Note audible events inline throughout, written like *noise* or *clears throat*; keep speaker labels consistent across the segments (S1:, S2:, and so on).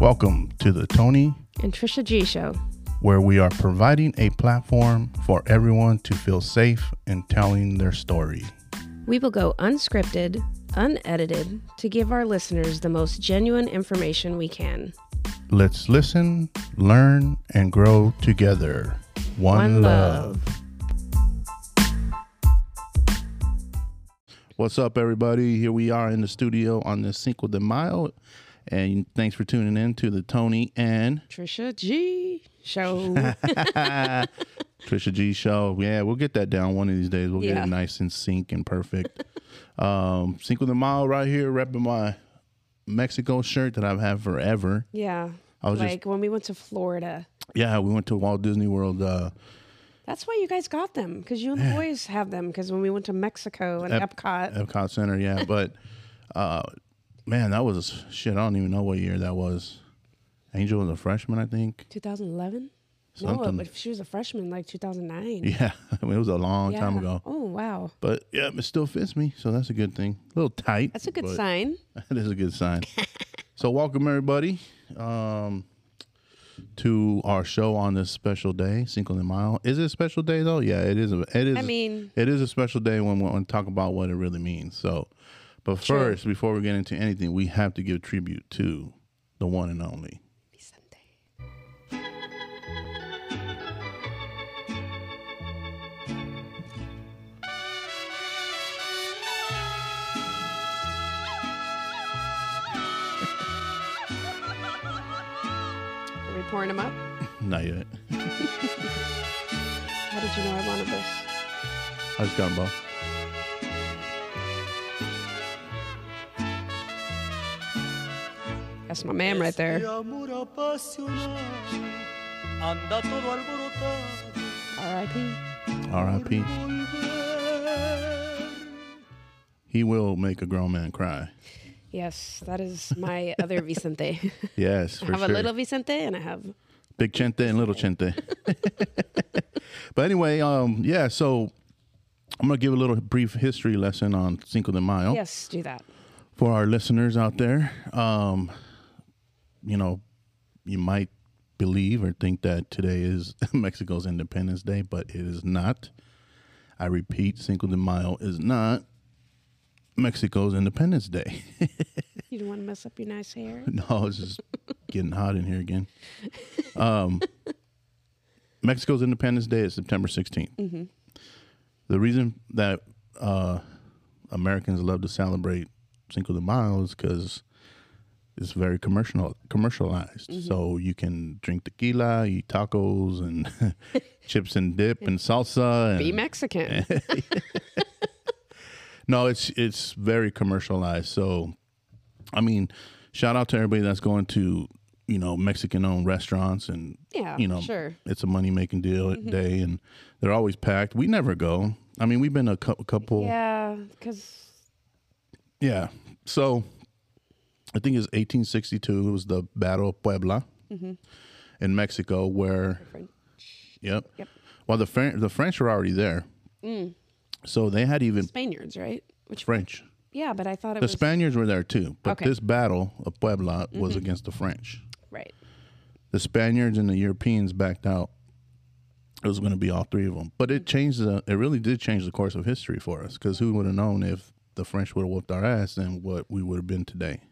S1: Welcome to the Tony,
S2: and Trisha G Show.
S1: where we are providing a platform for everyone to feel safe in telling their story.
S2: We will go unscripted, unedited, to give our listeners the most genuine information we can.
S1: Let's listen, learn, and grow together. One, love. What's up, everybody? Here we are in the studio on this Cinco de Mayo. And thanks for tuning in to the Tony and
S2: Trisha G Show.
S1: Trisha G show. Yeah, we'll get that down one of these days. We'll get
S2: Yeah.
S1: it nice and sync and perfect. *laughs* um, Cinco de Mayo right here, repping my Mexico shirt that I've had forever.
S2: *laughs* yeah.
S1: I was just-
S2: like when we went to Florida.
S1: Yeah, we went to Walt Disney World. Uh,
S2: That's why you guys got them, because you and the boys have them. Because when we went to Mexico and Epcot,
S1: Epcot Center, yeah. *laughs* But uh, man, that was shit. I don't even know what year that was. Angel was a freshman, I think. *laughs*
S2: 2011. No,
S1: Something.
S2: but if she was a freshman, like 2009.
S1: Yeah, *laughs* I mean, it was a long
S2: Yeah.
S1: time ago.
S2: Oh wow,
S1: But yeah, it still fits me, so that's a good thing. A little tight.
S2: that's a good
S1: but
S2: sign.
S1: *laughs* That is a good sign. so welcome everybody um, to our show on this special day, Cinco de Mayo. Is it a special day though? Yeah, it is. A, it is.
S2: I mean,
S1: It is a special day when we want to talk about what it really means. So, but first, before we get into anything, we have to give tribute to the one and only.
S2: Sunday. Are we pouring them up?
S1: Not yet.
S2: How did you know I wanted this?
S1: I just got both.
S2: That's my man right
S3: Este
S2: there.
S3: *laughs* amor apasionado anda todo alborotado
S2: R.I.P.
S3: por
S1: R.I.P.
S3: volver.
S1: He will make a grown man cry.
S2: Yes, that is my
S1: *laughs*
S2: other Vicente.
S1: Yes,
S2: I
S1: for
S2: have
S1: sure.
S2: a little Vicente and I have
S1: Big Chente and Little Chente. *laughs* but anyway, um, yeah. So I'm gonna give a little brief history lesson on Cinco de Mayo.
S2: yes, do that.
S1: for our listeners out there, um, you know, you might believe or think that today is *laughs* Mexico's Independence Day, but it is not. I repeat, Cinco de Mayo is not Mexico's Independence Day.
S2: You don't want to mess up your nice hair.
S1: *laughs* no, it's just getting hot in here again. Um, *laughs* Mexico's Independence Day is September 16th. The reason that uh, Americans love to celebrate Cinco de Mayo is because it's very commercial commercialized. So you can drink tequila, eat tacos, and *laughs* chips and dip and salsa. And
S2: Be Mexican.
S1: eh, no, it's it's very commercialized. So, I mean, shout out to everybody that's going to you know Mexican owned restaurants and
S2: *laughs* Yeah,
S1: you know
S2: sure.
S1: it's a money making deal
S2: Mm-hmm.
S1: day and they're always packed. We never go. I mean, we've been a cou- couple.
S2: Yeah, because
S1: Yeah. So I think it's 1862. It was the Battle of Puebla
S2: Mm-hmm.
S1: in Mexico, where yep,
S2: Yep.
S1: Well, the French the French were already there, so they had even
S2: mm, Spaniards, right? Which
S1: French.
S2: yeah, but I thought it
S1: The
S2: was
S1: Spaniards were there too, but
S2: Okay. Mm-hmm.
S1: this battle of Puebla was against the French.
S2: right.
S1: The Spaniards and the Europeans backed out. It was going to be all three of them, but it changed the. It really did change the course of history for us, because who would have known if the French would have whooped our ass and what we would have been today.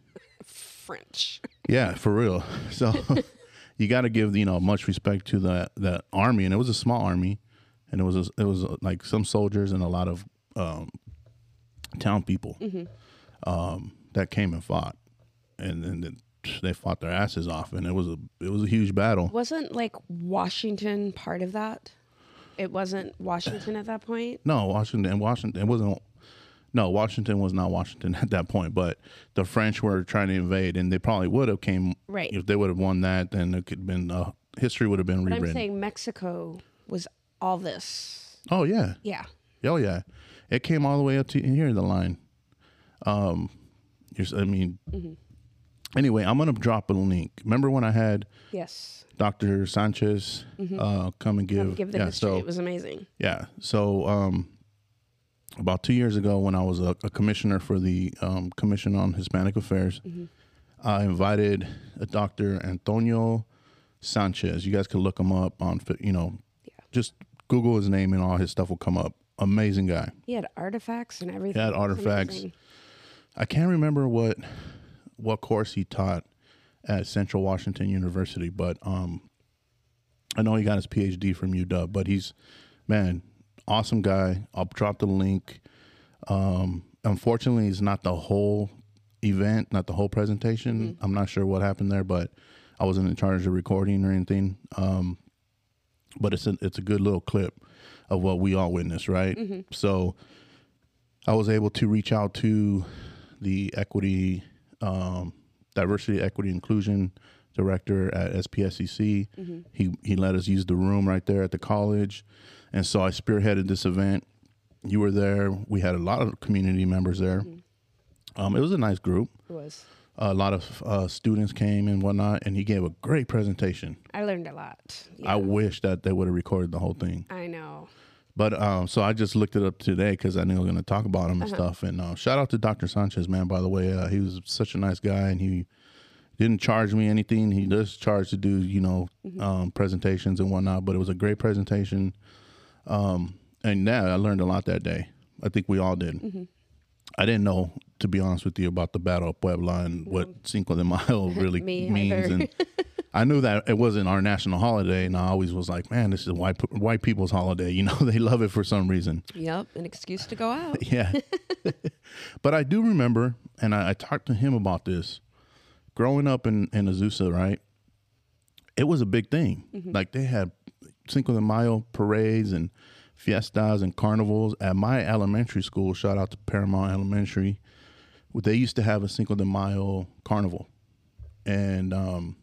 S2: French. *laughs*
S1: Yeah, for real. *laughs* So you got to give you know much respect to the that army, and it was a small army, and it was it was uh, like some soldiers and a lot of um, town people um, that came and fought, and then they fought their asses off, and it was a it was a huge battle.
S2: Wasn't like Washington part of that? It wasn't Washington at that point.
S1: No, Washington and Washington it wasn't. No, Washington was not Washington *laughs* at that point, but the French were trying to invade, and they probably would have came
S2: Right.
S1: if they would have won that. Then it could have been uh, history would have been
S2: But I'm
S1: rewritten.
S2: saying Mexico was all this.
S1: oh yeah,
S2: Yeah.
S1: Oh yeah, it came all the way up to here. The line. Um, you're, s- I mean.
S2: Mm-hmm.
S1: Anyway, I'm gonna drop a link. Remember when I had
S2: Yes.
S1: Dr. Sanchez uh, come and give?
S2: Mm-hmm. Give the
S1: yeah,
S2: history.
S1: so
S2: it was amazing.
S1: yeah, so um, about two years ago, when I was a, a commissioner for the um, Commission on Hispanic Affairs, I invited a Dr. Antonio Sanchez. You guys can look him up on, fa- you know, just Google his name and all his stuff will come up. Amazing guy.
S2: He had artifacts and everything.
S1: had
S2: It was
S1: artifacts.
S2: amazing.
S1: I can't remember what what course he taught at Central Washington University, but um, I know he got his PhD from UW. But he's man, awesome guy. I'll drop the link. Um, unfortunately, it's not the whole event, not the whole presentation. I'm not sure what happened there, but I wasn't in charge of recording or anything. Um, but it's a, it's a good little clip of what we all witnessed, right? So. I was able to reach out to the equity, um, diversity, equity, inclusion director at SPSCC. He he let us use the room right there at the college, and so I spearheaded this event. You were there. We had a lot of community members there. Um, it was a nice group.
S2: It was.
S1: A lot of uh, students came and whatnot, and he gave a great presentation.
S2: I learned a lot.
S1: I
S2: Yeah,
S1: wish that they would have recorded the whole thing.
S2: I, know.
S1: But um, so I just looked it up today because I knew I was going to talk about him and stuff. And uh, shout out to Dr. Sanchez, man. By the way, uh, he was such a nice guy, and he didn't charge me anything. He does charge to do you know
S2: Mm-hmm.
S1: um, presentations and whatnot, but it was a great presentation. Um, and yeah, I learned a lot that day. I think we all did.
S2: Mm-hmm.
S1: I didn't know, to be honest with you, about the Battle of Puebla and what Cinco de
S2: *laughs*
S1: Mayo really
S2: Me
S1: means.
S2: either.
S1: And *laughs* I knew that it wasn't our national holiday, and I always was like, man, this is white pe- white people's holiday. You know, *laughs* they love it for some reason.
S2: Yep, an excuse to
S1: *laughs*
S2: go out.
S1: Yeah. but I do remember, and I, I talked to him about this. Growing up in, in Azusa, right? It was a big thing. Like they had Cinco de Mayo parades and fiestas and carnivals at my elementary school. Shout out to Paramount Elementary. They used to have a Cinco de Mayo carnival, and um,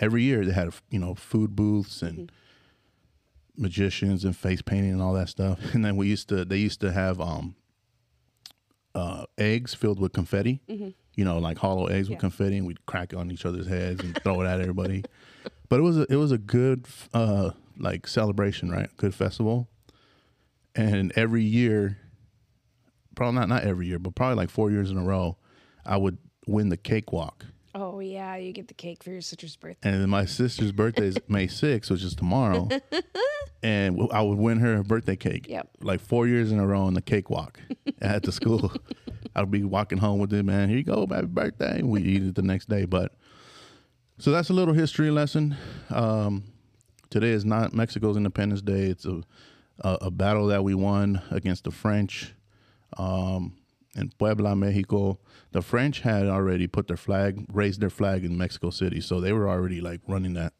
S1: every year they had you know food booths and magicians and face painting and all that stuff. *laughs* And then we used to they used to have um uh eggs filled with confetti. You know, like hollow eggs with confetti and we'd crack it on each other's heads and throw it at everybody. *laughs* But it was a, it was a good uh like celebration, right? Good festival. And every year probably not not every year, but probably like 4 years in a row, I would win the cakewalk.
S2: Oh yeah, you get the cake for your sister's birthday.
S1: And then my sister's birthday is
S2: *laughs*
S1: May 6th, which is tomorrow. and w- I would win her a birthday cake.
S2: Yep.
S1: Like four years in a row on the
S2: *laughs*
S1: cakewalk at the school. I'd be walking home with it, man. Here you go, happy birthday. And we'd eat it the next day. But so that's a little history lesson. Um, today is not Mexico's Independence Day. It's a, a, a battle that we won against the French um, in Puebla, Mexico. The French had already put their flag, raised their flag in Mexico City, so they were already like running that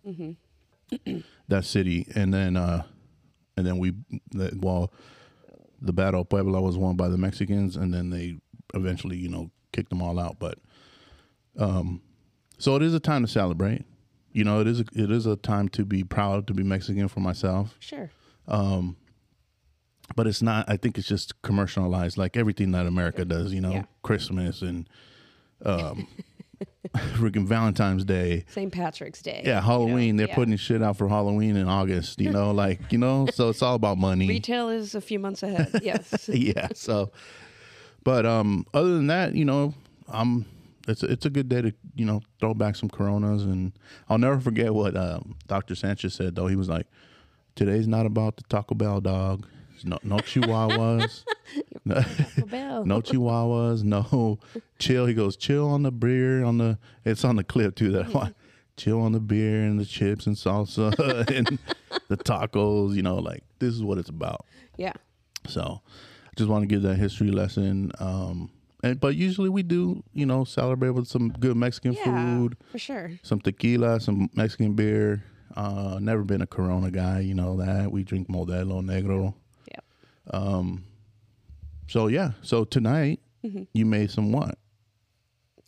S1: that city. And then, uh, and then we, the, well, the battle of Puebla was won by the Mexicans, and then they eventually, you know, kicked them all out. But, um, so it is a time to celebrate. You know, it is a, it is a time to be proud to be Mexican for myself
S2: Sure.
S1: but it's not i think it's just commercialized like everything that america does you know
S2: Yeah.
S1: christmas and
S2: *laughs*
S1: um freaking valentine's day
S2: St. Patrick's Day.
S1: yeah halloween they're
S2: yeah.
S1: putting shit out for halloween in august you know like you know so it's all about money
S2: Retail is a few months *laughs* ahead. Yes.
S1: *laughs* yeah so but um other than that you know i'm it's it's a good day to you know throw back some coronas and i'll never forget what um, dr sanchez said though he was like today's not about the taco bell dog no, no
S2: *laughs*
S1: chihuahuas
S2: Taco
S1: *laughs*
S2: Bell.
S1: no chihuahuas, no chill. He goes chill on the beer on the. It's on the clip too. That I want. chill on the beer and the chips and salsa *laughs* and the tacos. You know, like this is what it's about.
S2: Yeah.
S1: So, I just want to give that history lesson. Um, and but usually we do, you know, celebrate with some good Mexican
S2: Yeah.
S1: food,
S2: For sure.
S1: some tequila, some Mexican beer. Uh, never been a Corona guy, you know that. We drink Modelo Negro. Um,
S2: Yeah.
S1: So yeah. So tonight
S2: Mm-hmm.
S1: you made some what?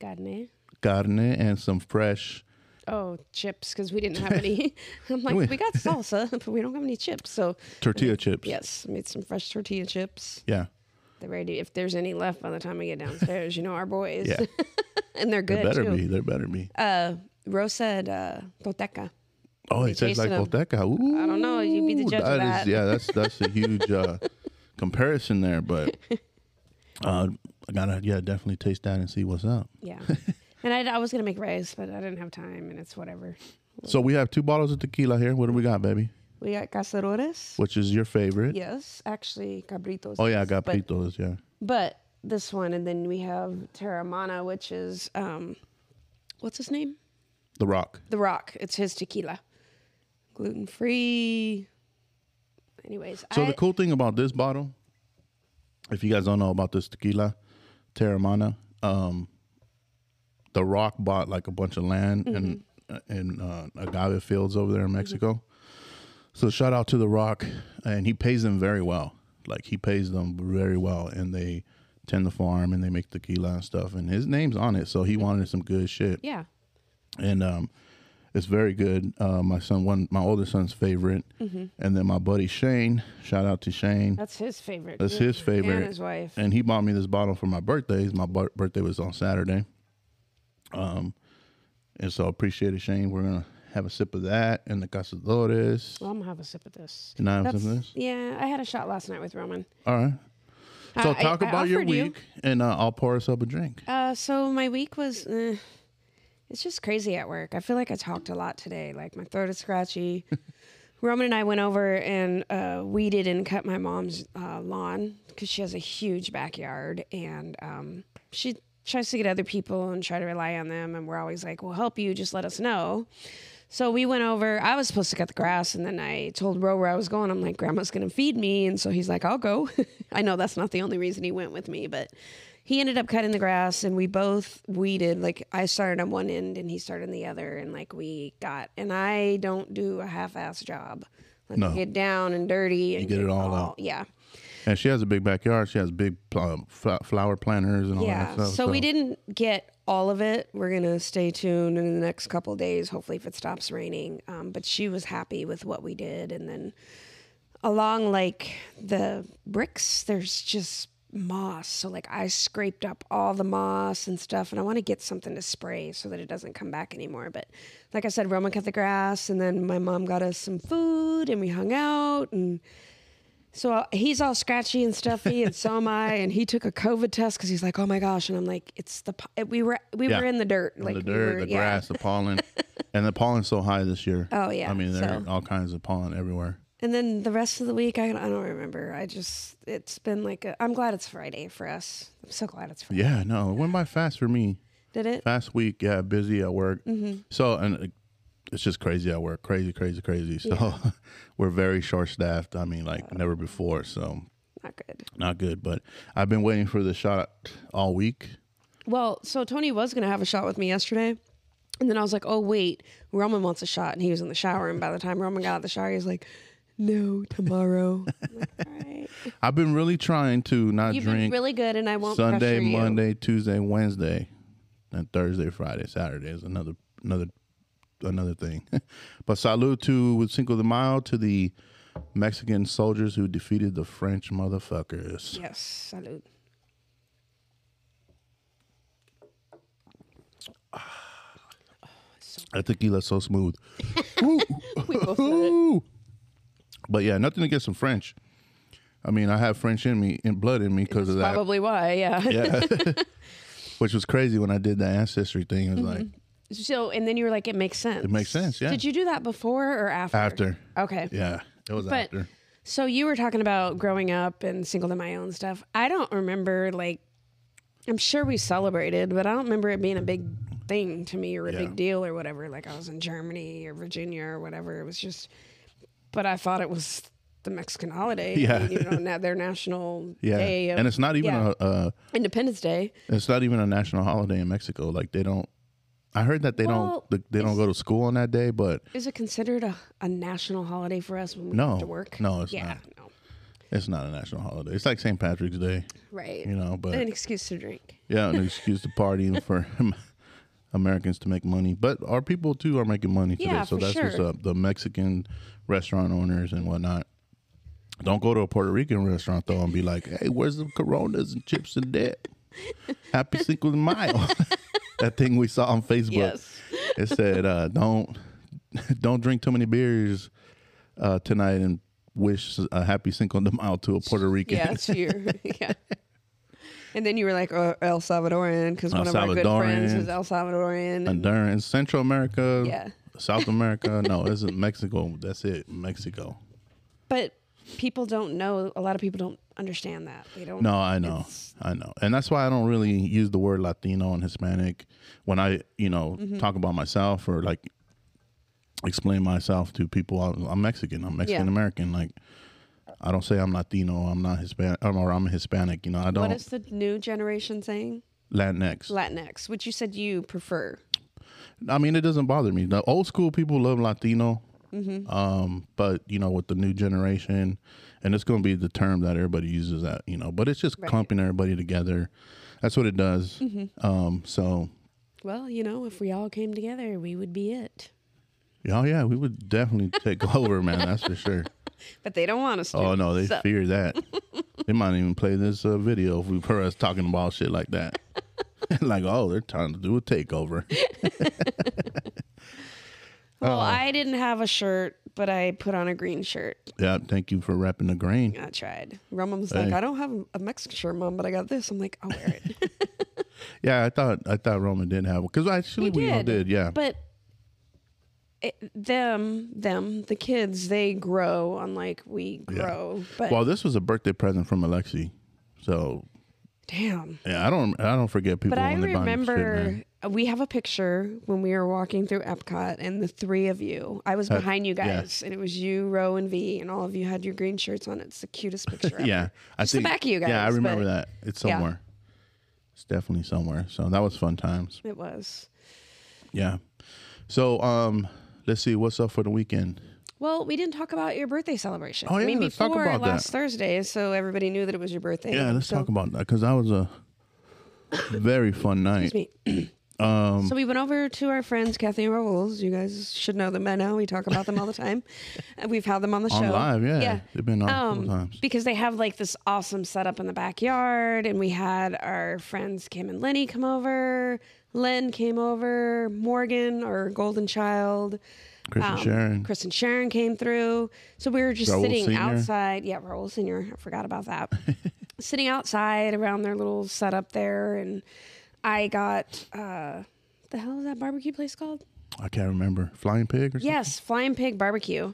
S2: Carne.
S1: carne and some fresh.
S2: Oh, chips, because we didn't have
S1: *laughs*
S2: any. *laughs* I'm like,
S1: We-
S2: we got salsa, *laughs* but we don't have any chips. So,
S1: Tortilla chips.
S2: yes, made some fresh tortilla chips.
S1: Yeah.
S2: They're ready. If there's any left by the time I get downstairs, you know, our boys.
S1: Yeah.
S2: and they're
S1: There
S2: *laughs* good.
S1: better
S2: too.
S1: be. There better be.
S2: Uh, Rose said uh, Toteca.
S1: oh,
S2: they
S1: it tastes like
S2: tasted 'em.
S1: Boteca. Ooh,
S2: don't know. You be the judge of that.
S1: yeah,
S2: *laughs*
S1: that's that's a huge uh, comparison *laughs* there, but uh, I gotta yeah definitely taste that and see what's up.
S2: Yeah. And I, I was going to make rice, but I didn't have time, and it's whatever.
S1: So we have two bottles of tequila here. What do we got, baby?
S2: We got caceroles.
S1: Which is your favorite?
S2: Yes, actually, cabritos.
S1: Oh yeah, I
S2: is,
S1: got
S2: but-
S1: pitos. Yeah.
S2: But this one, and then we have Terramana, which is um, what's his name?
S1: The Rock.
S2: The Rock. It's his tequila, gluten free. Anyways,
S1: So
S2: I,
S1: the cool thing about this bottle, if you guys don't know about this tequila, Terramana, um, the Rock bought like a bunch of land and
S2: Mm-hmm.
S1: and uh, agave fields over there in Mexico. So shout out to the Rock, and he pays them very well. Like he pays them very well, and they tend the farm and they make tequila and stuff. And his name's on it, so he wanted some good shit
S2: yeah,
S1: and um, it's very good. Uh, my son, one, my older son's favorite,
S2: Mm-hmm.
S1: and then my buddy Shane. Shout out to Shane.
S2: that's his favorite.
S1: That's
S2: Yeah.
S1: his favorite.
S2: And his wife.
S1: And he bought me this bottle for my birthday. My bir- birthday was on Saturday, um, and so I appreciate it, Shane. We're gonna have a sip of that and the Cazadores.
S2: Well, I'm gonna have a sip of this.
S1: Can I have some of
S2: That's-
S1: this?
S2: Yeah, I had a shot last night with Roman.
S1: All right. So
S2: I- I-
S1: talk
S2: I
S1: about your
S2: offered you.
S1: week, and uh, I'll pour us up a drink.
S2: Uh, so my week was, eh, it's just crazy at work. I feel like I talked a lot today. Like my throat is scratchy. Roman and I went over and uh, weeded and cut my mom's uh, lawn because she has a huge backyard and um, she tries to get other people and try to rely on them. And we're always like, we'll help you, just let us know. So we went over. I was supposed to cut the grass, and then I told Ro where I was going. I'm like, Grandma's gonna feed me, and so he's like, I'll go. *laughs* I know that's not the only reason he went with me, but he ended up cutting the grass, and we both weeded. Like I started on one end, and he started on the other, and like we got. And I don't do a half-ass job. Like
S1: No.
S2: I get down and dirty, and
S1: get it all out.
S2: Yeah.
S1: And she has a big backyard. She has big um, fl- flower planters and all that
S2: Yeah.
S1: stuff.
S2: So, we didn't get all of it. We're gonna stay tuned in the next couple of days, hopefully if it stops raining. Um, but she was happy with what we did, and then along like the bricks, there's just moss. So like I scraped up all the moss and stuff, and I want to get something to spray so that it doesn't come back anymore. But like I said, Roman cut the grass, and then my mom got us some food, and we hung out and. So uh, he's all scratchy and stuffy, and so am I. And he took a COVID test because he's like, "Oh my gosh!" And I'm like, "It's the po- we were we
S1: Yeah.
S2: were in the dirt, like
S1: the
S2: we
S1: dirt,
S2: were-
S1: the
S2: yeah.
S1: grass, the
S2: *laughs*
S1: pollen, and the pollen's so high this year.
S2: Oh, yeah,
S1: I mean there are
S2: so-
S1: all kinds of pollen everywhere.
S2: And then the rest of the week, I, I don't remember. I just it's been like a, I'm glad it's Friday for us. I'm so glad it's Friday.
S1: Yeah, no, it went by fast for me.
S2: Did it?
S1: Last week, yeah, busy at work.
S2: Mm-hmm.
S1: So and uh, it's just crazy at work, crazy, crazy, crazy. So *laughs* we're very short staffed. I mean, like never before. So
S2: Not good.
S1: not good. But I've been waiting for the shot all week.
S2: Well, so Tony was gonna have a shot with me yesterday, and then I was like, "Oh wait, Roman wants a shot," and he was in the shower. And by the time Roman got out of the shower, he was like, "No, tomorrow." *laughs* I'm like, all right.
S1: I've been really trying to not
S2: You've been
S1: drink
S2: really good, and I won't
S1: Sunday,
S2: pressure you.
S1: Monday, Tuesday, Wednesday, and Thursday, Friday, Saturday is another another another thing. *laughs* but salute to Cinco de Mayo to the Mexican soldiers who defeated the French motherfuckers.
S2: Yes, salute.
S1: That tequila's so smooth.
S2: *laughs* We both said it.
S1: But yeah, nothing against some French. I mean, I have French in me, in blood in me because of that,
S2: Probably why, yeah. *laughs*
S1: *laughs* which was crazy when I did the ancestry thing. It was
S2: Mm-hmm.
S1: like
S2: So, and then you were like, it makes sense. It
S1: makes sense, yeah.
S2: Did you do that before or after?
S1: after,
S2: Okay.
S1: yeah, it was
S2: But
S1: after.
S2: so you were talking about growing up and single to my own stuff. I don't remember, like, I'm sure we celebrated, but I don't remember it being a big thing to me or a
S1: Yeah.
S2: big deal or whatever. Like, I was in Germany or Virginia or whatever. It was just, but I thought it was the Mexican holiday.
S1: *laughs*
S2: I
S1: Yeah.
S2: mean, you know, na- their national
S1: *laughs* Yeah,
S2: day of
S1: and it's not even
S2: yeah.
S1: a. a
S2: Independence Day.
S1: It's not even a national holiday in Mexico. Like they don't. I heard that they
S2: Well,
S1: don't they- they don't go to school on that day, but
S2: Is it considered a, a national holiday for us when we
S1: No.
S2: have to work?
S1: No, it's
S2: yeah, no.
S1: it's not a national holiday. It's like St. Patrick's Day,
S2: Right.
S1: you know. But
S2: An excuse to drink.
S1: yeah, an excuse to party and for *laughs* Americans to make money. But our people too are making money today,
S2: Yeah,
S1: so
S2: for
S1: that's what's
S2: sure.
S1: up. The Mexican restaurant owners and whatnot. Don't go to a Puerto Rican restaurant though and be like, "Hey, where's the Coronas and chips and dip?" Happy Cinco de
S2: *laughs*
S1: Mayo. *laughs* that thing we saw on Facebook.
S2: Yes.
S1: it said uh, don't *laughs* don't drink too many beers uh, tonight and
S2: *laughs*
S1: wish a happy Cinco de Mayo to a Puerto Rican.
S2: Yeah, it's your yeah. And then you were like oh, El Salvadorian because one of our good friends
S1: Salvadorian.
S2: is El Salvadorian. and-
S1: Honduran, Central America,
S2: Yeah.
S1: South America. no, this is Mexico. That's it, Mexico.
S2: but people don't know. A lot of people don't understand that. They don't.
S1: No, I know,
S2: It's-
S1: I know, and that's why I don't really use the word Latino and Hispanic when I, you know,
S2: Mm-hmm.
S1: talk about myself or like explain myself to people. I'm, I'm Mexican. I'm Mexican American. Like, I don't say I'm Latino. I'm not Hispanic. Or I'm a Hispanic. You know, I
S2: What
S1: don't
S2: is the new generation saying?
S1: Latinx.
S2: Latinx, which you said you prefer.
S1: I mean, it doesn't bother me. The old school people love Latino,
S2: Mm-hmm.
S1: um, but you know, with the new generation, and it's going to be the term that everybody uses. That you know, but it's just
S2: Right. Mm-hmm.
S1: clumping everybody together. That's what it does. Um, so,
S2: Well, you know, if we all came together, we would be it.
S1: oh yeah, we would definitely take *laughs* over, man. That's for sure.
S2: But they don't want us to.
S1: Oh no, they
S2: so-
S1: fear that. they might even play this uh, video if we for us talking about shit like that. *laughs* like, oh, they're trying to do a
S2: *laughs*
S1: takeover. Oh.
S2: Well, I didn't have a shirt, but I put on a green shirt.
S1: yeah, thank you for wrapping the grain.
S2: I tried. Roman was
S1: Hey.
S2: like, I don't have a Mexican shirt, mom, but I got this. I'm like, I'll wear it.
S1: Yeah, I thought I thought Roman did have one because actually we all did. Yeah,
S2: But it, them, them, the kids, they grow unlike we grow. But
S1: Well, this was a birthday present from Alexi, so
S2: damn.
S1: yeah, I don't, I don't forget people.
S2: But I
S1: when they buy me shit,
S2: remember
S1: man.
S2: we have a picture when we were walking through Epcot and the three of you. I was behind you
S1: Uh, yeah.
S2: guys, and it was you, Row, and V, and all of you had your green shirts on. It's the
S1: *laughs*
S2: cutest picture. ever.
S1: Yeah, I
S2: Just the back of you
S1: Yeah, I
S2: guys,
S1: remember
S2: but-
S1: that. It's
S2: yeah.
S1: somewhere. It's definitely somewhere. So that was fun times.
S2: it was.
S1: Yeah. So um, let's see what's up for the weekend.
S2: Well, we didn't talk about your birthday celebration.
S1: Oh,
S2: I
S1: yeah,
S2: mean,
S1: let's
S2: before
S1: talk about that.
S2: last Thursday, so everybody knew that it was your birthday.
S1: Yeah, let's
S2: So-
S1: talk about that because that was a very fun night.
S2: *coughs*
S1: *clears throat*
S2: Excuse me.
S1: Um,
S2: so we went over to our friends Kathy and Raoul's. You guys should know them by now. We talk about them all
S1: *laughs*
S2: the time. And We've had them on the show.
S1: On live, yeah. They've been on a couple
S2: Um,
S1: times.
S2: Because they have like this awesome setup in the backyard, and we had our friends Kim and Lenny come over. Len came over. Morgan, our golden child.
S1: Chris and
S2: um,
S1: Sharon.
S2: Chris and Sharon came through. So we were just
S1: Raul
S2: sitting
S1: Sr..
S2: outside. Yeah, Raul Senior. I forgot about that.
S1: *laughs*
S2: sitting outside around their little setup there, and I got uh, the hell is that barbecue place called?
S1: I can't remember. Flying Pig or something? *laughs*
S2: Yes, Flying Pig Barbecue.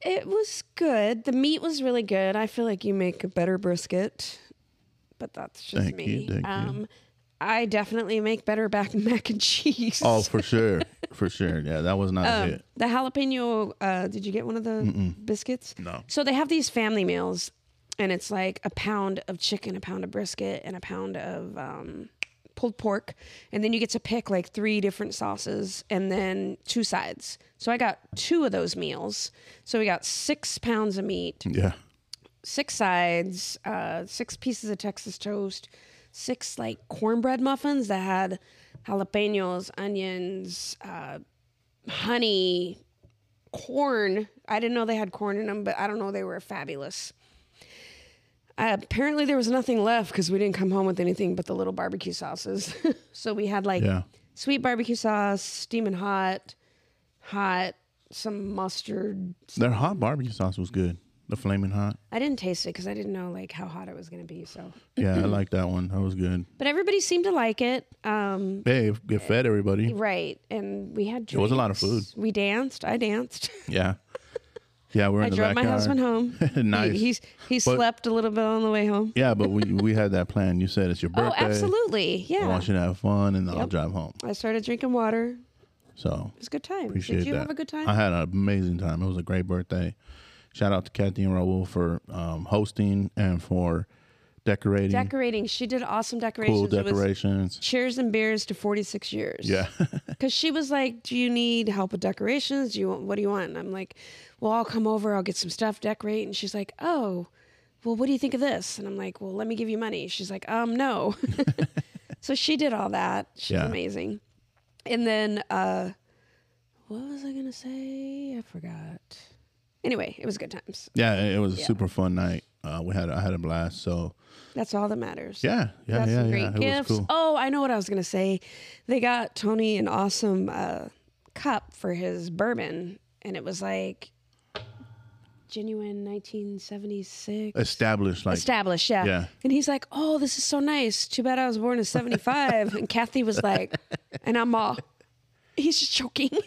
S2: It was good. The meat was really good. I feel like you make a better brisket, but that's just
S1: Thank
S2: me.
S1: you, thank you.
S2: um, I definitely make better back *laughs* mac and cheese.
S1: Oh, for sure. for sure. Yeah, that was not a
S2: Um,
S1: hit.
S2: the jalapeno. Uh, did you get one of the biscuits?
S1: No.
S2: So they have these family meals, and it's like a pound of chicken, a pound of brisket, and a pound of um, pulled pork, and then you get to pick like three different sauces and then two sides. So I got two of those meals. So we got six pounds of meat,
S1: Yeah.
S2: six sides, uh, six pieces of Texas toast, six like cornbread muffins that had jalapenos, onions, uh, honey, corn. I didn't know they had corn in them, but I don't know. They were fabulous. Uh, apparently, there was nothing left because we didn't come home with anything but the little barbecue sauces. *laughs* so we had like
S1: Yeah.
S2: sweet barbecue sauce, steaming hot, hot, some mustard,
S1: Their hot barbecue sauce was good. The flaming hot.
S2: I didn't taste it because I didn't know like how hot it was gonna be. So,
S1: Yeah, I like that one. That was good.
S2: but everybody seemed to like it. Um,
S1: Hey, get fed everybody.
S2: right, and we had. Drinks.
S1: It was a lot of food.
S2: We danced. I danced.
S1: Yeah. Yeah, we're in
S2: I
S1: the
S2: drove my
S1: backyard.
S2: husband home.
S1: *laughs* Nice.
S2: He, he's he
S1: But-
S2: slept a little bit on the way home.
S1: Yeah, but we we had that plan. You said it's your birthday.
S2: Oh, absolutely.
S1: I
S2: Yeah.
S1: want you to have fun, and I'll
S2: Yep.
S1: drive home.
S2: I started drinking water. It
S1: So
S2: was a good time.
S1: appreciate
S2: Did you
S1: that.
S2: have a good time?
S1: I had an amazing time. It was a great birthday. Shout out to Kathy and Raul for um, hosting and for decorating.
S2: Decorating. She did awesome decorations.
S1: cool
S2: It was
S1: decorations.
S2: cheers and beers to 46 years.
S1: Yeah.
S2: Because she was like, "Do you need help with decorations? Do you want, what do you want?" And I'm like, "Well, I'll come over. I'll get some stuff, decorate." And she's like, "Oh, well, what do you think of this?" And I'm like, "Well, let me give you money." She's like, "Um, no." *laughs* so she did all that. She's
S1: Yeah.
S2: amazing. And then, uh, what was I gonna say? I forgot. Anyway, it was good times.
S1: yeah, it it was a super fun night. Uh, we had I had a blast. So
S2: That's all that matters.
S1: yeah, yeah,
S2: That's
S1: yeah,
S2: some great
S1: yeah. It
S2: gifts.
S1: was cool.
S2: Oh, I know what I was gonna say. They got Tony an awesome uh, cup for his bourbon, and it was like genuine 1976.
S1: Established, like
S2: Established, yeah.
S1: Yeah.
S2: And he's like, "Oh, this is so nice. Too bad I was born in '75." and Kathy was
S1: *laughs*
S2: like, "And I'm all." He's just joking. *laughs*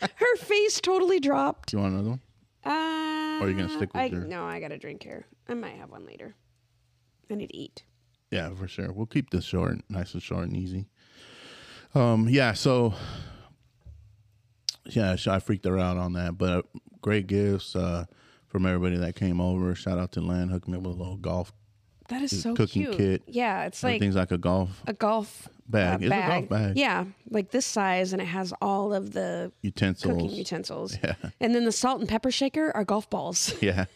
S2: Her face totally dropped.
S1: do you want another one?
S2: Uh, Are
S1: you gonna stick with
S2: I,
S1: your-
S2: No, I got a drink here. I might have one later. I need to eat.
S1: Yeah, for sure. We'll keep this short, nice and short and easy. Um, yeah, so yeah, so I freaked her out on that, but uh, great gifts uh, from everybody that came over. Shout out to Lan, hooked me up with a little golf.
S2: That is so
S1: cooking
S2: cute.
S1: kit.
S2: Yeah, it's like
S1: Everything's like a golf.
S2: a golf
S1: Bag.
S2: uh,
S1: It's a golf bag.
S2: Yeah, like this size, and it has all of the cooking
S1: Utensils.
S2: utensils.
S1: *laughs* Yeah.
S2: And then the salt and pepper shaker are golf balls. *laughs*
S1: Yeah.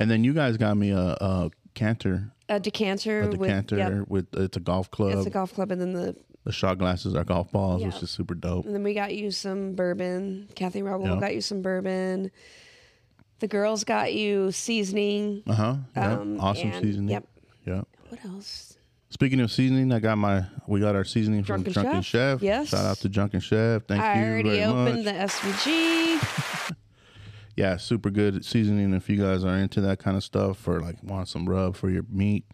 S1: and then you guys got me a, a canter,
S2: A decanter,
S1: a
S2: with yep,
S1: decanter with it's a golf club.
S2: it's a golf club, and then the
S1: the shot glasses are golf balls,
S2: Yeah. Mm-hmm.
S1: which is super dope.
S2: and then we got you some bourbon. Kathy Rowell
S1: Yeah.
S2: got you some bourbon. The girls got you seasoning.
S1: Uh huh.
S2: Um,
S1: Awesome
S2: and-
S1: seasoning.
S2: yep.
S1: Yep.
S2: What else?
S1: Speaking of seasoning, I got my we got our seasoning from
S2: Drunken
S1: Drunken,
S2: Chef.
S1: Chef.
S2: Yes.
S1: Shout out to Drunken Chef. Thank
S2: I
S1: you
S2: already
S1: very much.
S2: opened
S1: *laughs*
S2: the SVG.
S1: yeah, super good seasoning if you guys are into that kind of stuff or like want some rub for your meat.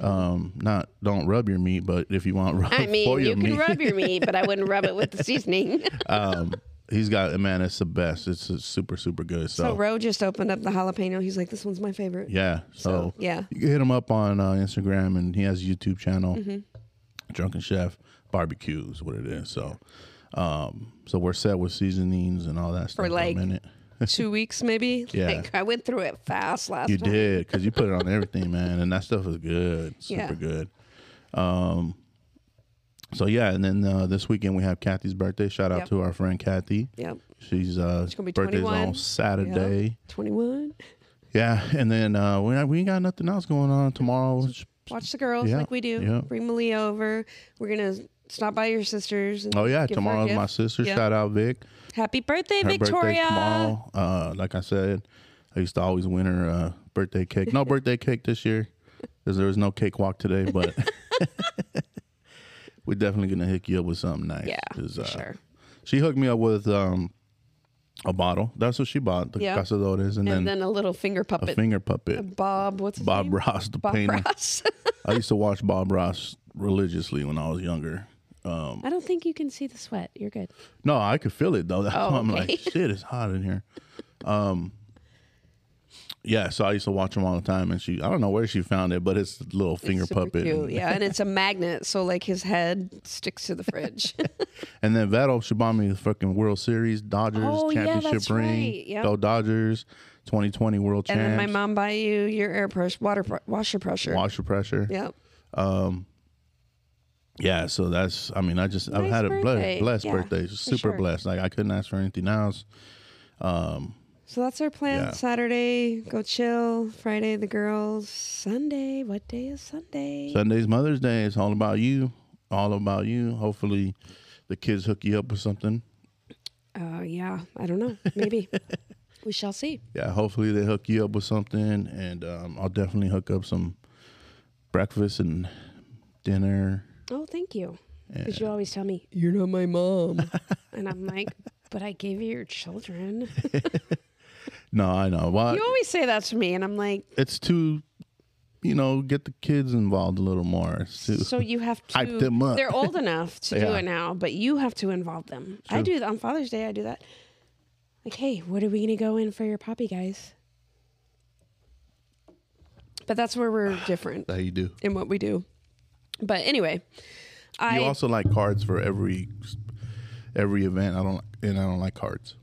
S1: Um, not don't rub your meat, but if you want *laughs* rub
S2: I mean,
S1: for
S2: you
S1: your
S2: can
S1: meat,
S2: rub your meat, but I wouldn't rub it with
S1: *laughs*
S2: the seasoning.
S1: um, he's got man, it's the best. It's, it's super super good. So,
S2: so Ro just opened up the jalapeno. He's like, "This one's my favorite."
S1: yeah, so,
S2: yeah.
S1: you can hit him up on uh, Instagram and he has a YouTube channel,
S2: Mm-hmm.
S1: Drunken Chef Barbecue is what it is. So, um, so we're set with seasonings and all that stuff
S2: like,
S1: for
S2: *laughs*
S1: a minute.
S2: Two weeks, maybe.
S1: *laughs* Yeah.
S2: Like, I went through it fast last.
S1: You
S2: time.
S1: did because you put it on everything, man, and that stuff is good, super
S2: Yeah.
S1: good. Um, so yeah, and then uh, this weekend we have Kathy's birthday. Shout out
S2: Yep.
S1: to our friend Kathy.
S2: Yep.
S1: She's uh,
S2: gonna be
S1: birthday's
S2: 21.
S1: on Saturday.
S2: Twenty-one.
S1: Yeah, and then uh, we we ain't got nothing else going on tomorrow.
S2: Watch the girls
S1: Yeah,
S2: like we do.
S1: yeah.
S2: Bring Malia over. We're gonna stop by your sisters. And
S1: Oh yeah,
S2: give her a
S1: tomorrow's my
S2: gift.
S1: sister.
S2: Yeah.
S1: Shout out Vic.
S2: Happy birthday,
S1: Her
S2: Victoria.
S1: birthday's tomorrow. Uh, like I said, I used to always win her uh, birthday cake. No birthday cake this year because there was no cake walk today, but *laughs* we're definitely going to hook you up with something nice.
S2: Yeah,
S1: 'cause,
S2: for
S1: uh,
S2: sure.
S1: She hooked me up with um, a bottle. That's what she bought, the
S2: Yeah.
S1: Cazadores, and,
S2: And
S1: then,
S2: then a little finger
S1: a
S2: puppet.
S1: finger puppet.
S2: Bob, what's his
S1: Bob
S2: name?
S1: Ross, the
S2: Bob
S1: painter. *laughs*
S2: Ross.
S1: I used to watch Bob Ross religiously when I was younger. Um,
S2: I don't think you can see the sweat. You're good.
S1: No, I could feel it though. *laughs* That's
S2: Oh,
S1: why I'm
S2: okay. *laughs*
S1: like, shit, it's hot in here. Um, yeah, so I used to watch him all the time, and she, I don't know where she found it, but it's a little finger
S2: Super
S1: puppet.
S2: cute,
S1: And,
S2: yeah, and it's
S1: *laughs*
S2: a magnet, so like his head sticks to the fridge.
S1: and then Vettel, she bought me the fucking World Series Dodgers
S2: Oh, yeah,
S1: championship
S2: that's
S1: ring.
S2: right. Yep.
S1: Go Dodgers, 2020 World
S2: and then
S1: Champs.
S2: my mom buy you your air pressure, water pr- washer pressure.
S1: Washer pressure.
S2: Yep.
S1: Yeah, so that's I mean, I just I've
S2: Nice
S1: had a ble-
S2: birthday.
S1: blessed
S2: Yeah,
S1: birthday. Super
S2: sure.
S1: blessed. Like I couldn't ask for anything else.
S2: So that's our plan.
S1: Yeah.
S2: Saturday, go chill. Friday, the girls. Sunday, what day is Sunday?
S1: Sunday's Mother's Day. It's all about you. All about you. Hopefully the kids hook you up with something.
S2: uh, yeah, I don't know. Maybe. we shall see.
S1: yeah, hopefully they hook you up with something, and um, I'll definitely hook up some breakfast and dinner.
S2: Oh, thank you. Because you always tell me, you're not my mom. *laughs* and I'm like, but I gave you your children.
S1: No, I know. Well,
S2: You always say that to me. And I'm like,
S1: it's too, you know, get the kids involved a little more. It's too-
S2: So you have
S1: *laughs*
S2: to
S1: Hype them up.
S2: They're old
S1: *laughs*
S2: enough to do
S1: Yeah.
S2: it now, but you have to involve them. I do that on Father's Day. I do that. Like, hey, what are we gonna go in for your poppy, guys? But that's where
S1: *sighs*
S2: we're different
S1: how you do.
S2: in what we do. But anyway, I
S1: You also like cards for every every event. I don't, and I don't like cards.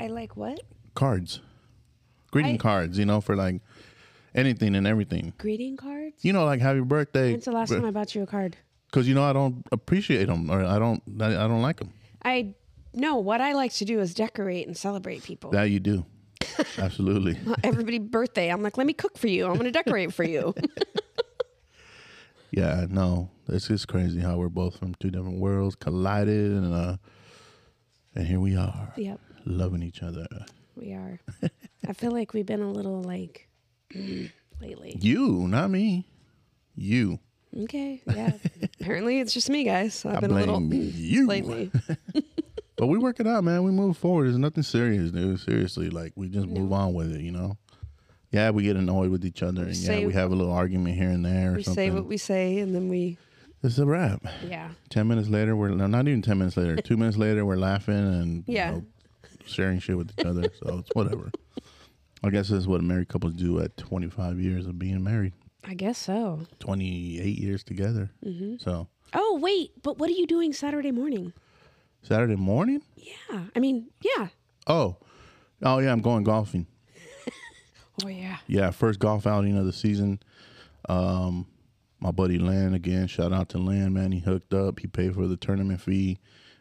S2: I like what
S1: Cards, greeting
S2: I-
S1: cards. You know, for like anything and everything.
S2: greeting cards.
S1: You know, like happy birthday.
S2: When's the last time I bought you a card?
S1: Because you know I don't appreciate them, or I don't, I, I don't like them.
S2: I no. What I like to do is decorate and celebrate people. *laughs*
S1: That you do, absolutely.
S2: Everybody's birthday. I'm like, let me cook for you. I'm gonna decorate
S1: *laughs*
S2: for you. *laughs*
S1: Yeah, no, it's just crazy how we're both from two different worlds collided, and uh, and here we are,
S2: yep.
S1: loving each other.
S2: We are. I feel like we've been a little like *clears throat* lately.
S1: You, not me. You.
S2: Okay. Yeah. Apparently it's just me, guys. I've
S1: I
S2: *clears throat* been a little
S1: blame you.
S2: lately.
S1: But we work it out, man. We move forward. It's nothing serious, dude. Seriously, like we just move on with it, you know. Yeah, we get annoyed with each other, and
S2: say-
S1: yeah, we have a little argument here and there or
S2: We
S1: something.
S2: say what we say, and then we
S1: it's a wrap.
S2: yeah.
S1: Ten minutes later, we're no, not even ten minutes later. Two minutes later, we're laughing and you
S2: Yeah.
S1: know, sharing shit with each other. So it's whatever. I guess that's what married couples do at 25 years of being married,
S2: I guess so.
S1: 28 years together. So
S2: Oh wait, but what are you doing Saturday morning?
S1: Saturday morning.
S2: Yeah, I mean, yeah.
S1: Oh, oh yeah, I'm going golfing.
S2: Oh yeah.
S1: Yeah, first golf outing of the season. Um, my buddy Lan again. Shout out to Lan, man. He hooked up. He paid for the tournament fee.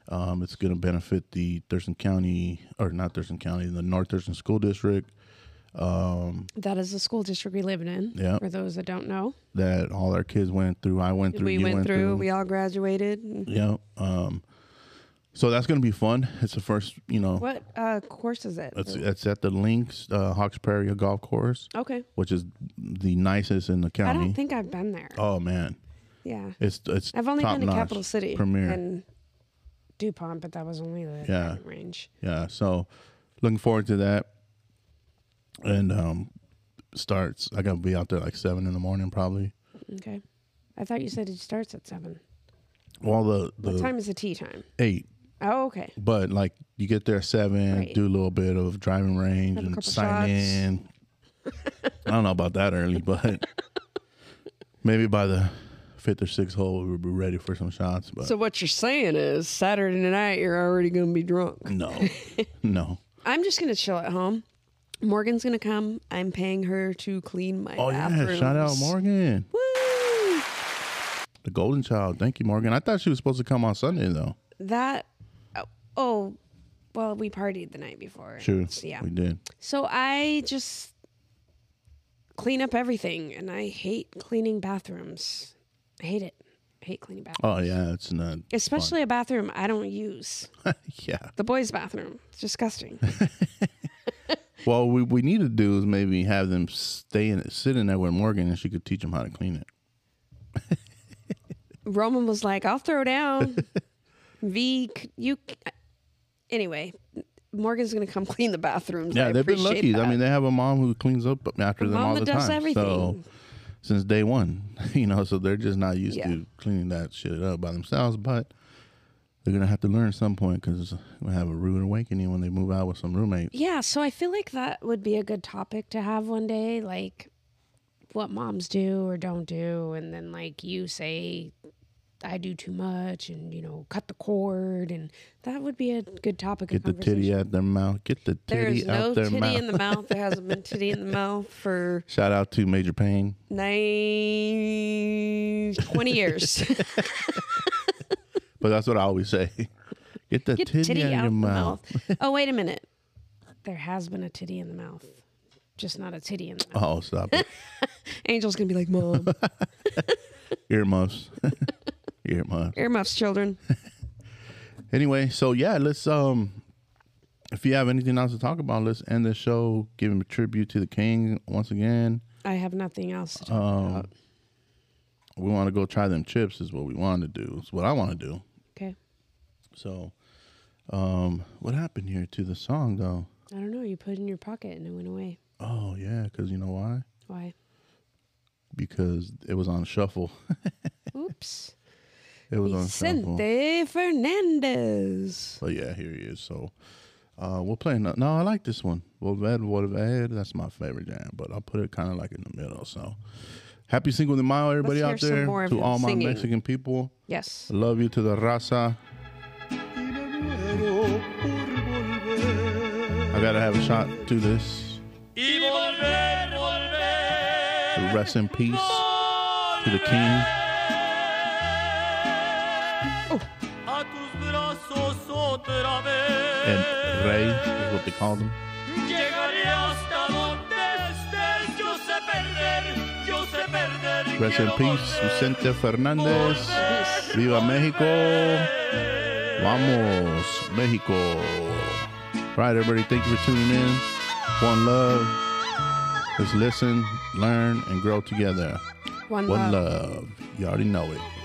S1: Um, it's gonna benefit the Thurston County or not Thurston County, the North Thurston School District.
S2: That is the school district we live in.
S1: Yeah.
S2: For those that don't know,
S1: That all our kids went through. I went through.
S2: we
S1: you
S2: went, through, We all graduated.
S1: yeah. Um, so that's gonna be fun. It's the first, you know.
S2: What uh, course is it?
S1: It's, it's at the Links uh, Hawks Prairie Golf Course,
S2: okay.
S1: which is the nicest in the
S2: I
S1: county.
S2: don't think I've been there.
S1: oh man,
S2: Yeah.
S1: it's it's.
S2: I've only been to
S1: top-notch.
S2: Capital City
S1: Premier.
S2: and DuPont, but that was only the
S1: Yeah.
S2: range.
S1: yeah so looking forward to that and um starts i gotta be out there like seven in the morning probably
S2: Okay. I thought you said it starts at seven.
S1: well the
S2: What
S1: the
S2: time is the tea time?
S1: eight
S2: Oh, okay.
S1: but like you get there at seven
S2: Right.
S1: do a little bit of driving range
S2: Have a
S1: and
S2: couple
S1: sign
S2: shots.
S1: in
S2: *laughs*
S1: i don't know about that early but maybe by the fifth or sixth hole we'll be ready for some shots but
S2: So what you're saying is Saturday night you're already gonna be drunk.
S1: *laughs* no
S2: *laughs*
S1: no
S2: I'm just gonna chill at home. Morgan's gonna come. I'm paying her to clean my
S1: oh yeah shout out
S2: bathrooms.
S1: morgan
S2: Woo!
S1: the golden child thank you morgan i thought she was supposed to come on sunday though
S2: That oh, oh well, we partied the night before.
S1: True.
S2: So, yeah.
S1: we did
S2: So I just clean up everything and I hate cleaning bathrooms. I hate it. I hate cleaning bathrooms.
S1: Oh yeah, it's not. *laughs*
S2: Especially a bathroom I don't use.
S1: yeah.
S2: The boys' bathroom.
S1: *laughs*
S2: It's disgusting.
S1: Well, we we need to do is maybe have them stay in sit in there with Morgan, and she could teach them how to clean it.
S2: Roman was like, I'll throw down. V, c- you. c- Anyway, Morgan's going to come *laughs* clean the bathrooms.
S1: Yeah,
S2: I
S1: they've been
S2: appreciate
S1: lucky. I
S2: that.
S1: mean, they have a mom who cleans up after them
S2: mom
S1: all
S2: that
S1: the
S2: does
S1: time. So
S2: everything.
S1: since day one, *laughs* you know, so they're just not used
S2: Yeah.
S1: to cleaning that shit up by themselves. But they're gonna have to learn at some point because we have a rude awakening when they move out with some roommates.
S2: Yeah, so I feel like that would be a good topic to have one day, like what moms do or don't do, and then like you say, I do too much, and you know, cut the cord, and that would be a good topic.
S1: Get
S2: of
S1: the titty
S2: conversation.
S1: out their mouth. Get the
S2: There
S1: titty
S2: is
S1: out
S2: no
S1: their
S2: titty
S1: mouth.
S2: in the mouth. There hasn't been
S1: *laughs*
S2: titty in the mouth for
S1: Shout out to Major Payne.
S2: nine, 20 years.
S1: But that's what I always say. *laughs* Get the
S2: *laughs* Get
S1: titty, out, of your
S2: the
S1: mouth. *laughs*
S2: mouth. oh, wait a minute. There has been a titty in the mouth, just not a titty in the mouth.
S1: Oh, stop it. Oh.
S2: Angel's gonna be
S1: *laughs*
S2: like, Mom,
S1: Earmuffs. *laughs* Earmuffs.
S2: earmuffs, children.
S1: Anyway, so yeah, let's um if you have anything else to talk about, let's end the show giving tribute to the king once again. Um,
S2: I have nothing else to talk
S1: Uh,
S2: about.
S1: We want to go try them chips is what we want to do. It's what I want to do.
S2: Okay.
S1: So um what happened here to the song though?
S2: I don't know. You put it in your pocket and it went away.
S1: Oh yeah, cuz you know why?
S2: Why?
S1: Because it was on shuffle.
S2: Oops.
S1: It was on shuffle.
S2: Vicente Fernandez.
S1: But yeah, here he is. So uh, we'll play. No, no, I like this one. Volved, Volved. That's my favorite jam, but I'll put it kind of like in the middle. So happy Cinco de Mayo, everybody
S2: Let's
S1: out
S2: hear some
S1: there.
S2: more of
S1: To
S2: him
S1: all my
S2: singing.
S1: Mexican people,
S2: Yes.
S1: I love you to the raza.
S3: y me muero por volver.
S1: I gotta have a shot to this.
S3: Y volver, volver.
S1: To rest in peace to the king.
S2: Oh,
S3: A tus brazos otra vez.
S1: And Rey is what they called him.
S3: Llegaré hasta donde estés. Yo sé perder, yo sé perder.
S1: Rest in
S3: quiero
S1: peace,
S3: volver.
S1: Vicente Fernandez. Viva Mexico. Vamos, Mexico. All right, everybody, thank you for tuning in. One love. Let's listen, learn, and grow together.
S2: One,
S1: One
S2: love.
S1: love. You already know it.